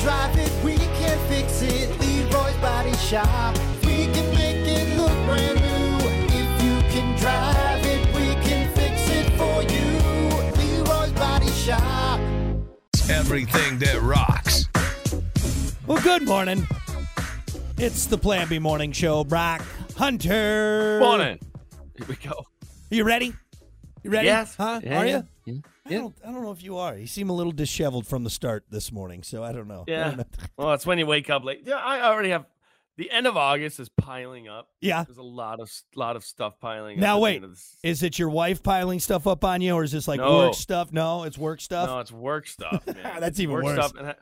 drive it, we can fix it. Leroy's Body Shop. We can make it look brand new. If you can drive it, we can fix it for you. Leroy's Body Shop. Everything that rocks. Well, good morning. It's the Plan B Morning Show. Brock Hunter. Morning. Here we go. You ready? You ready? Yes. Huh? Yeah, are yeah, you? Yeah. I don't, I don't know if you are. You seem a little disheveled from the start this morning, so I don't know. I Yeah. don't know. Well, it's when you wake up late. Yeah, I already have. The end of August is piling up. Yeah. There's a lot of s- lot of stuff piling up. Now, at the wait. end of this- Is it your wife piling stuff up on you, or is this like No. work stuff? No, it's work stuff. No, it's work stuff. Man. That's It's even work worse. Stuff and ha-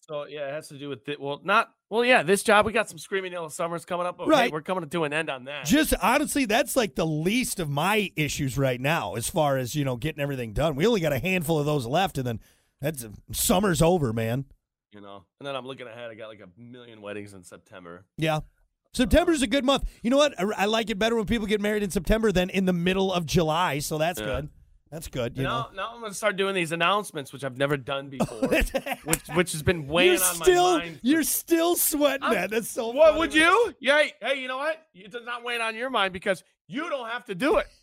so yeah, it has to do with it. Well, not well. Yeah, this job we got some screaming yellow summers coming up. but hey, Right. we're coming to an end on that. Just honestly, that's like the least of my issues right now, as far as you know, getting everything done. We only got a handful of those left, and then that's summer's over, man. you know, and then I'm looking ahead. I got like a million weddings in September. Yeah. September's a good month. You know what? I, I like it better when people get married in September than in the middle of July. So that's Yeah. good. That's good. You now, now I'm gonna start doing these announcements, which I've never done before, know. which which has been weighing you're on still my mind. for you're still sweating I'm- that. That's so. What funny. would you? Yeah. Hey, you know what? It does not weigh on your mind because you don't have to do it.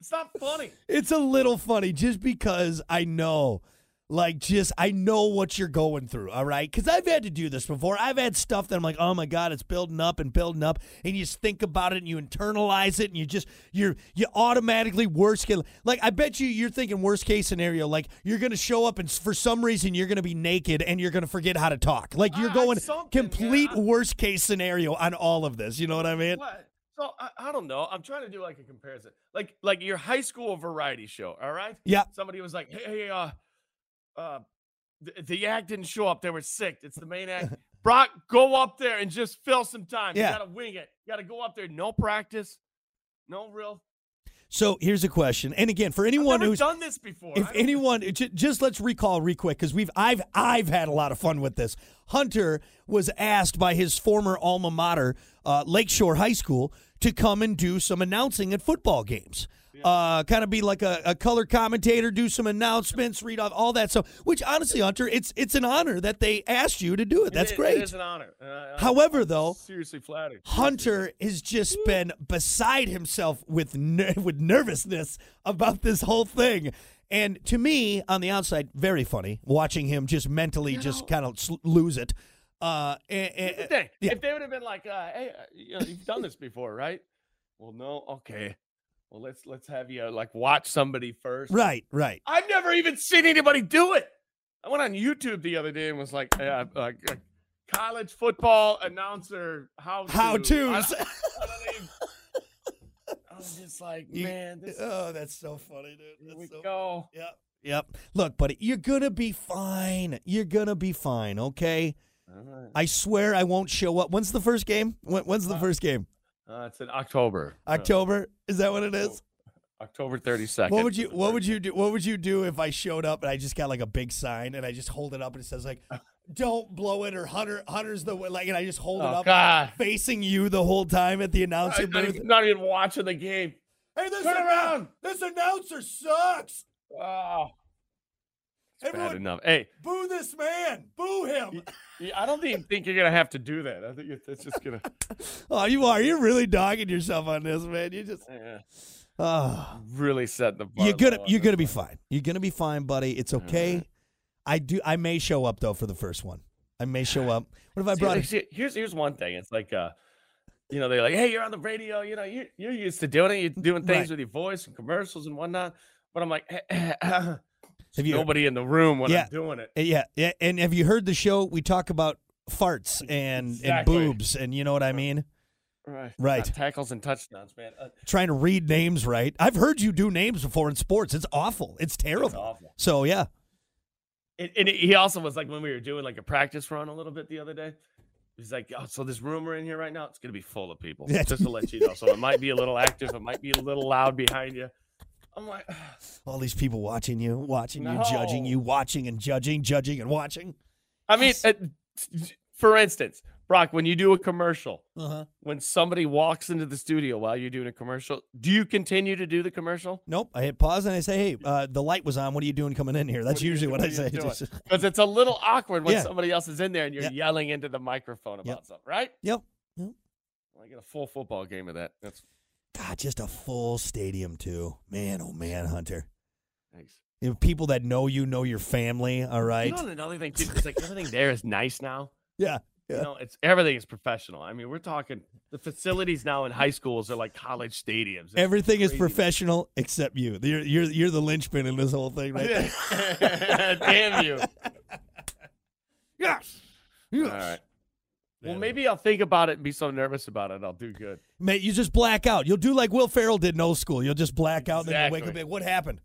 it's not funny. It's a little funny just because I know, like, just I know what you're going through. All right, because I've had to do this before. I've had stuff that I'm like, oh my god, it's building up and building up, and you just think about it and you internalize it, and you just you're you automatically worst case. Like, I bet you you're thinking worst case scenario. Like, you're gonna show up and s- for some reason you're gonna be naked and you're gonna forget how to talk. Like, you're Ah, going something, complete yeah. worst case scenario on all of this. You know what I mean? What? So I, I don't know. I'm trying to do like a comparison, like like your high school variety show. All right. Yeah. Somebody was like, "Hey, hey, uh, uh, the, the act didn't show up. They were sick. It's the main act." Brock, go up there and just fill some time. Yeah. You gotta wing it. You gotta go up there. No practice. No real. So here's a question, and again, for anyone Never who's done this before. If I don't- anyone, j- just let's recall real quick because we've I've I've had a lot of fun with this. Hunter was asked by his former alma mater, uh, Lakeshore High School, to come and do some announcing at football games. Uh, kind of be like a, a color commentator, do some announcements, read off all that stuff. Which honestly, Hunter, it's it's an honor that they asked you to do it. That's It- great. It is an honor. Uh, I'm However, though, seriously flattered. Hunter has just been beside himself with ner- with nervousness about this whole thing. And to me, on the outside, very funny watching him just mentally just kind of sl- lose it. Uh, and, Here's the thing. yeah. If they would have been like, uh, "Hey, uh, you know, you've done this before, right?" Well, no. Okay. Well, let's let's have you uh, like watch somebody first. right, right. I've never even seen anybody do it. I went on YouTube the other day and was like, uh, uh, uh, "College football announcer how How I, to's. I don't even- I was just like, You- man, this, oh, that's so funny, dude. here That's we so- go. Yep. Yep. Look, buddy, you're gonna be fine. You're gonna be fine. Okay. All right. I swear I won't show up. When's the first game? When, when's the first game? Uh, it's in October. Uh, October? Is that what it is? October thirty second. What would you What would you do? What would you do if I showed up and I just got like a big sign and I just hold it up and it says like, "Don't blow it" or "Hunter Hunter's the way," like, and I just hold it Oh up God. facing you the whole time at the announcer I'm not, booth. even, not even watching the game. Hey, this Turn annou- around. This announcer sucks. Ah. Oh, bad Everyone, enough. Hey, boo this man. Boo him. y- I don't even think you're gonna have to do that. I think it- it's just gonna. Oh, you are. You're really dogging yourself on this, man. You just. yeah, Oh. really set the bar. You're gonna low on you're this gonna be one. fine. You're gonna be fine, buddy. It's right. okay. I do I may show up though for the first one. I may show up. What if I See, brought like, see, here's here's one thing. It's like uh, you know, they're like, hey, you're on the radio. You know, you you're used to doing it. You're doing Right. things with your voice and commercials and whatnot. But I'm like, Have have you- nobody in the room when Yeah. I'm doing it. Uh, Yeah, yeah. And have you heard the show? We talk about farts and Exactly. and boobs, and you know what I mean. Right. Right. Uh, tackles and touchdowns, man. Uh, Trying to read names right. I've heard you do names before in sports. It's awful. It's terrible. awful. So yeah, And, and he also was like, when we were doing like a practice run a little bit the other day, he's like, oh, so this rumor in here right now, it's going to be full of people. Yeah. Just to let you know. So it might be a little active. It might be a little loud behind you. I'm like, all these people watching you, watching you, judging No. you, watching and judging, judging and watching. I mean, Yes. uh, for instance, Brock, when you do a commercial, Uh-huh. when somebody walks into the studio while you're doing a commercial, do you continue to do the commercial? Nope. I hit pause and I say, "Hey, uh, the light was on. What are you doing coming in here?" That's are you usually doing? what I What are say. you doing? Just- Because it's a little awkward when Yeah. somebody else is in there and you're Yeah. yelling into the microphone about something, right? yep. I get a full football game of that. That's God, just a full stadium too. Man, oh man, Hunter. thanks. You know, people that know you know your family. All You right. know, another thing too, it's like everything there is nice now. Yeah. Yeah. You know, it's everything is professional. I mean, we're talking the facilities now in high schools are like college stadiums. It's Everything is crazy. professional except you. You're you're you're the linchpin in this whole thing, right? there. Damn you. Yes. All right. Well, Yeah. maybe I'll think about it and be so nervous about it. I'll do good. Mate, you just black out. You'll do like Will Ferrell did in old school. You'll just black out and then you'll wake up and Exactly. Oh, be like, what happened?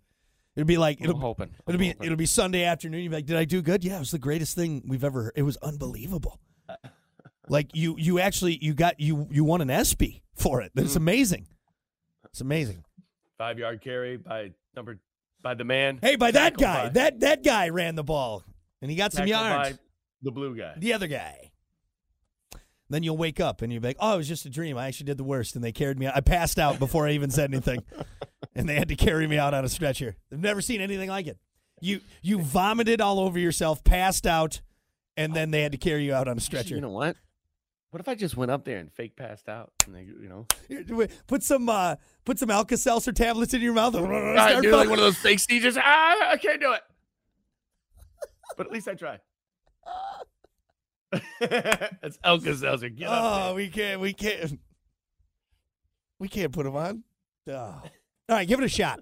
It'll be like I'm it'll, hoping. it'll I'm be hoping. it'll be Sunday afternoon. You'll be like, Did I do good? Yeah, it was the greatest thing we've ever heard. It was unbelievable. like you you actually you got you you won an ESPY for it. Hmm. It's amazing. It's amazing. five yard carry by number by the man. Hey, by that Tackled guy, by- that that guy ran the ball. And he got some tackled yards. by the blue guy. the other guy. Then you'll wake up and you'll be like, oh, it was just a dream. I actually did the worst, and they carried me out. I passed out before I even said anything, and they had to carry me out on a stretcher. I've never seen anything like it. You you vomited all over yourself, passed out, and then they had to carry you out on a Actually, stretcher. You know what? What if I just went up there and fake passed out and they, you know, Put some uh, put some Alka Seltzer tablets in your mouth. and I start do like fucking- one of those fake sneezes. Ah, I can't do it. But at least I tried. That's Elka Seltzer. Get oh, up. we can't, we can't, we can't put them on. Oh. All right, give it a shot.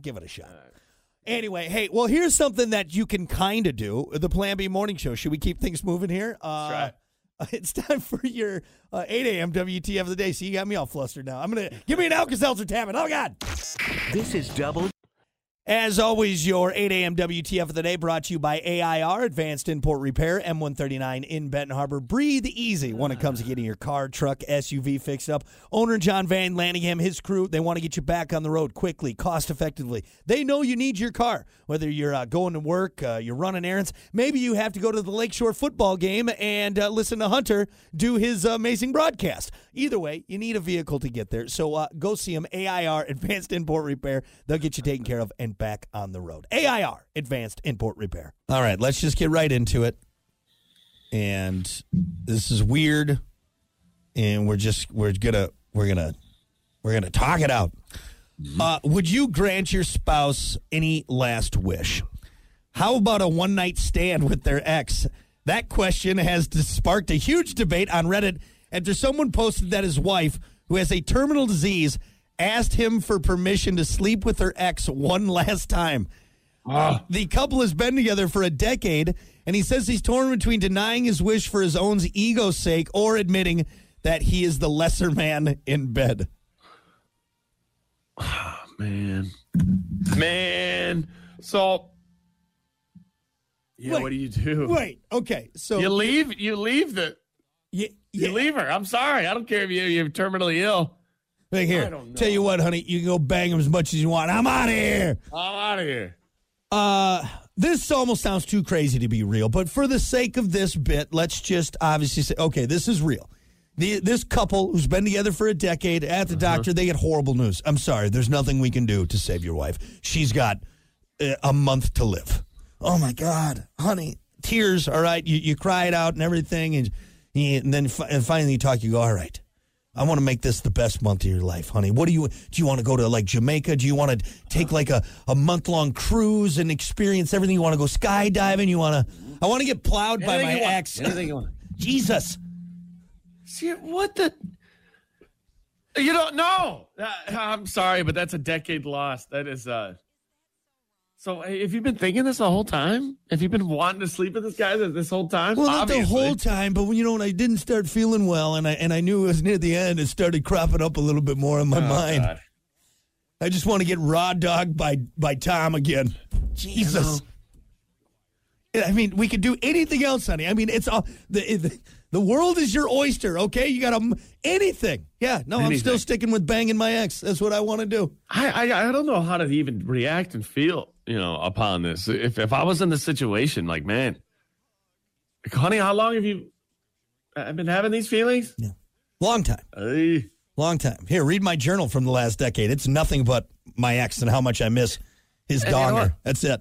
Give it a shot. there. All right. Anyway, hey, well, here's something that you can kind of do. The Plan B Morning Show. Should we keep things moving here? Uh, Let's It's time for your uh, 8 a.m. WTF of the day. See, you got me all flustered now. I'm gonna give me an Alka-Seltzer tablet. Oh God! This is double. As always, your 8 a.m. WTF of the day brought to you by AIR Advanced Import Repair M139 in Benton Harbor. Breathe easy when it comes to getting your car, truck, SUV fixed up. Owner John Van Lanningham, his crew, they want to get you back on the road quickly, cost effectively. They know you need your car, whether you're uh, going to work, uh, you're running errands, maybe you have to go to the Lakeshore football game and uh, listen to Hunter do his amazing broadcast. Either way, you need a vehicle to get there. So uh, go see them, AIR Advanced Import Repair. They'll get you taken care of and back on the road. AIR Advanced Import Repair. All right, let's just get right into it. And this is weird, and we're just we're gonna we're gonna we're gonna talk it out. Uh, would you grant your spouse any last wish? How about a one night stand with their ex? That question has sparked a huge debate on Reddit after someone posted that his wife, who has a terminal disease, asked him for permission to sleep with her ex one last time. Ah. The couple has been together for a decade, and he says he's torn between denying his wish for his own ego's sake or admitting that he is the lesser man in bed. Man. Man. So Yeah, Wait. what do you do? Wait, okay, so You leave you leave the Ye- you yeah. leave her. I'm sorry. I don't care if you you're terminally ill. Look I here, don't know. tell you what, honey, you can go bang him as much as you want. I'm out of here. I'm out of here. Uh, this almost sounds too crazy to be real, but for the sake of this bit, let's just obviously say, okay, this is real. The, this couple who's been together for a decade at the doctor, they get horrible news. I'm sorry, there's nothing we can do to save your wife. She's got uh, a month to live. Oh my God, honey, tears. All right, you, you cry it out and everything, and, and then fi- and finally you talk. You go, all right. I want to make this the best month of your life, honey. What do you do? You want to go to like Jamaica? Do you want to take like a, a month long cruise and experience everything? You want to go skydiving? You want to? I want to get plowed by my Anything you want. ex. Anything you want. Jesus. See what the? You don't know. Uh, I'm sorry, but that's a decade lost. That is uh. So hey, have you been thinking this the whole time? Have you been wanting to sleep with this guy th- this whole time? Well, not the Obviously. whole time, but when you know when I didn't start feeling well, and I and I knew it was near the end, it started cropping up a little bit more in Oh, my mind. God. I just want to get raw dogged by by Tom again. Jesus. Yeah, I mean, we could do anything else, honey. I mean, it's all the the, the world is your oyster. Okay, you got to anything. Yeah, no, I'm still Anything. sticking with banging my ex. That's what I want to do. I, I I don't know how to even react and feel you know upon this. If if I was in the situation, like man, like, honey, how long have you? I- I've been having these feelings. Long time. Ay. Long time. Here, read my journal from the last decade. It's nothing but my ex and how much I miss his you know donger. what? That's it.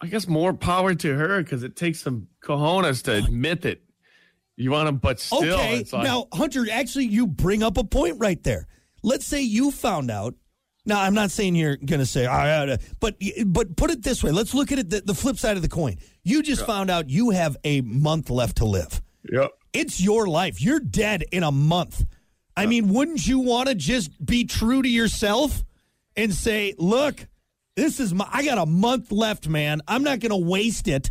I guess more power to her because it takes some cojones to admit it. You want to, but still, okay. it's like, now, Hunter, actually, you bring up a point right there. Let's say you found out. Now, I'm not saying you're going to say, "I had a-" but but put it this way. Let's look at it the, the flip side of the coin. You just found out you have a month left to live. yep. It's your life. You're dead in a month. I mean, wouldn't you want to just be true to yourself and say, "Look, this is my I got a month left, man. I'm not going to waste it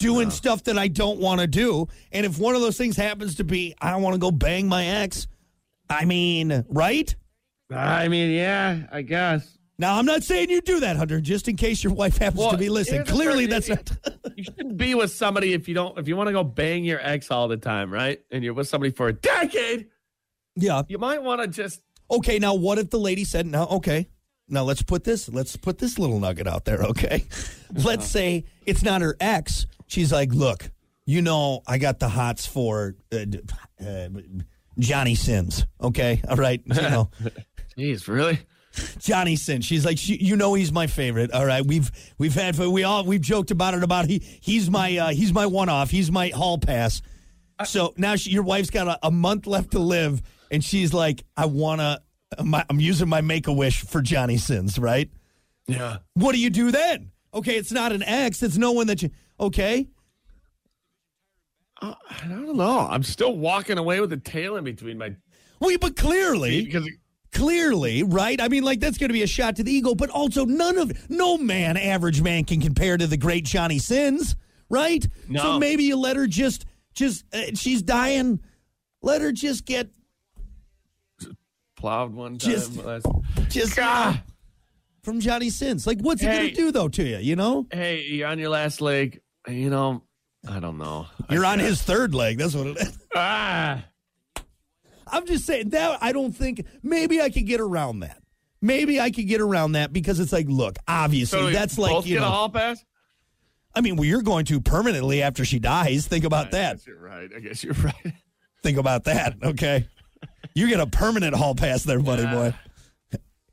doing stuff that I don't want to do." And if one of those things happens to be I want to go bang my ex, I mean, right? I mean, yeah, I guess. Now, I'm not saying you do that, Hunter, just in case your wife happens Well, to be listening. here's the Clearly, thing. that's not You shouldn't be with somebody if you don't, if you want to go bang your ex all the time, right? And you're with somebody for a decade, Yeah. you might want to just, Okay, now what if the lady said, "Now, okay, now let's put this, let's put this little nugget out there, okay? let's say it's not her ex. She's like, look, you know, I got the hots for uh, d- uh, Johnny Sims, okay, all right, you know, geez, really? Johnny Sims. She's like, she, you know, he's my favorite, all right. We've we've had we all we've joked about it about he he's my uh, he's my one off, he's my hall pass. So now she, your wife's got a, a month left to live, and she's like, I wanna, my, I'm using my make a wish for Johnny Sins, right? Yeah. What do you do then? Okay, it's not an ex, it's no one that you. Okay, I don't know. I'm still walking away with a tail in between my well, but clearly, feet because clearly, right? I mean, like that's going to be a shot to the ego, but also none of no man, average man, can compare to the great Johnny Sins, right? No. So maybe you let her just, just uh, she's dying. Let her just get plowed one time. Just- last- just God. from Johnny Sins. Like, what's it going Hey. to do though to you? You know, Hey, you're on your last leg. You know, I don't know. you're on his third leg. That's what it is. Ah. I'm just saying that I don't think maybe I could get around that. Maybe I could get around that because it's like, look, obviously So that's you like both you get a know. hall pass. I mean, well, you're going to permanently after she dies. Think about I that. guess you're right. I guess you're right. Think about that, okay? You get a permanent hall pass there, buddy boy.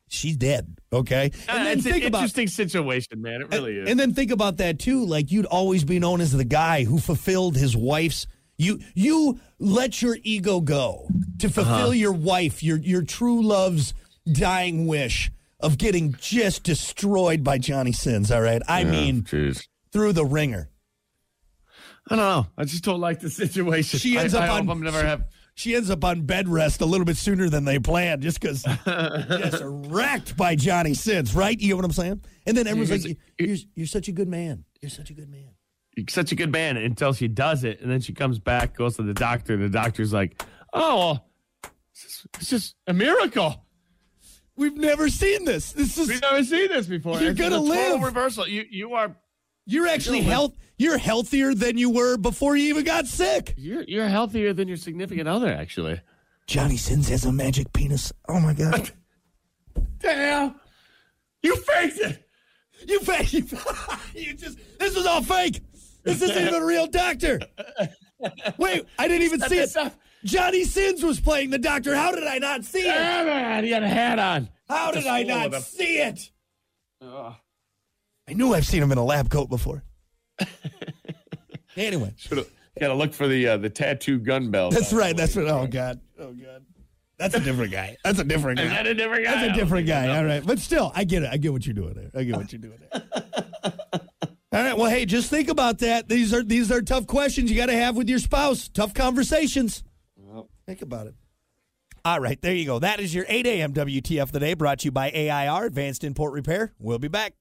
She's dead, okay? And then Uh, it's think an about interesting situation, man. It really is. and then think about that too. Like you'd always be known as the guy who fulfilled his wife's you you let your ego go to Uh-huh. fulfill your wife, your your true love's dying wish of getting just destroyed by Johnny Sins, all right? I mean Jeez. through the ringer. I don't know. I just don't like the situation. She I- ends I, up on- hope I'm never she- have. she ends up on bed rest a little bit sooner than they planned just because just wrecked by Johnny Sins, right? You know what I'm saying? And then everyone's like, You're- you're, you're such a good man. You're such a good man. You're such a good man until she does it, and then she comes back, goes to the doctor, and the doctor's like, "Oh, well, it's just, it's just a miracle. We've never seen this. This We've is never seen this before. You're It's just gonna a total live. reversal. You you are you're actually You're- health you're healthier than you were before you even got sick. you're you're healthier than your significant other, actually. Johnny Sins has a magic penis. Oh my god. Damn, you faked it. you fake you, you just this is all fake. This isn't even a real doctor. Wait, I didn't even see it. this up. Johnny Sins was playing the doctor. How did I not see it? Damn it, he had a hat on. How Just did I full of not them. see it? I knew I've seen him in a lab coat before. anyway, Got to look for the uh, the tattoo gun belt. that's right. That's what. Oh god. Oh god. That's a different guy. That's a different Is guy. that a different guy? That's a different guy. All right, but still, I get it. I get what you're doing there. I get what you're doing there. All right. Well, hey, just think about that. These are these are tough questions you got to have with your spouse. Tough conversations. Think about it. All right, there you go. That is your 8 a.m. WTF of the day, brought to you by AIR Advanced Import Repair. We'll be back.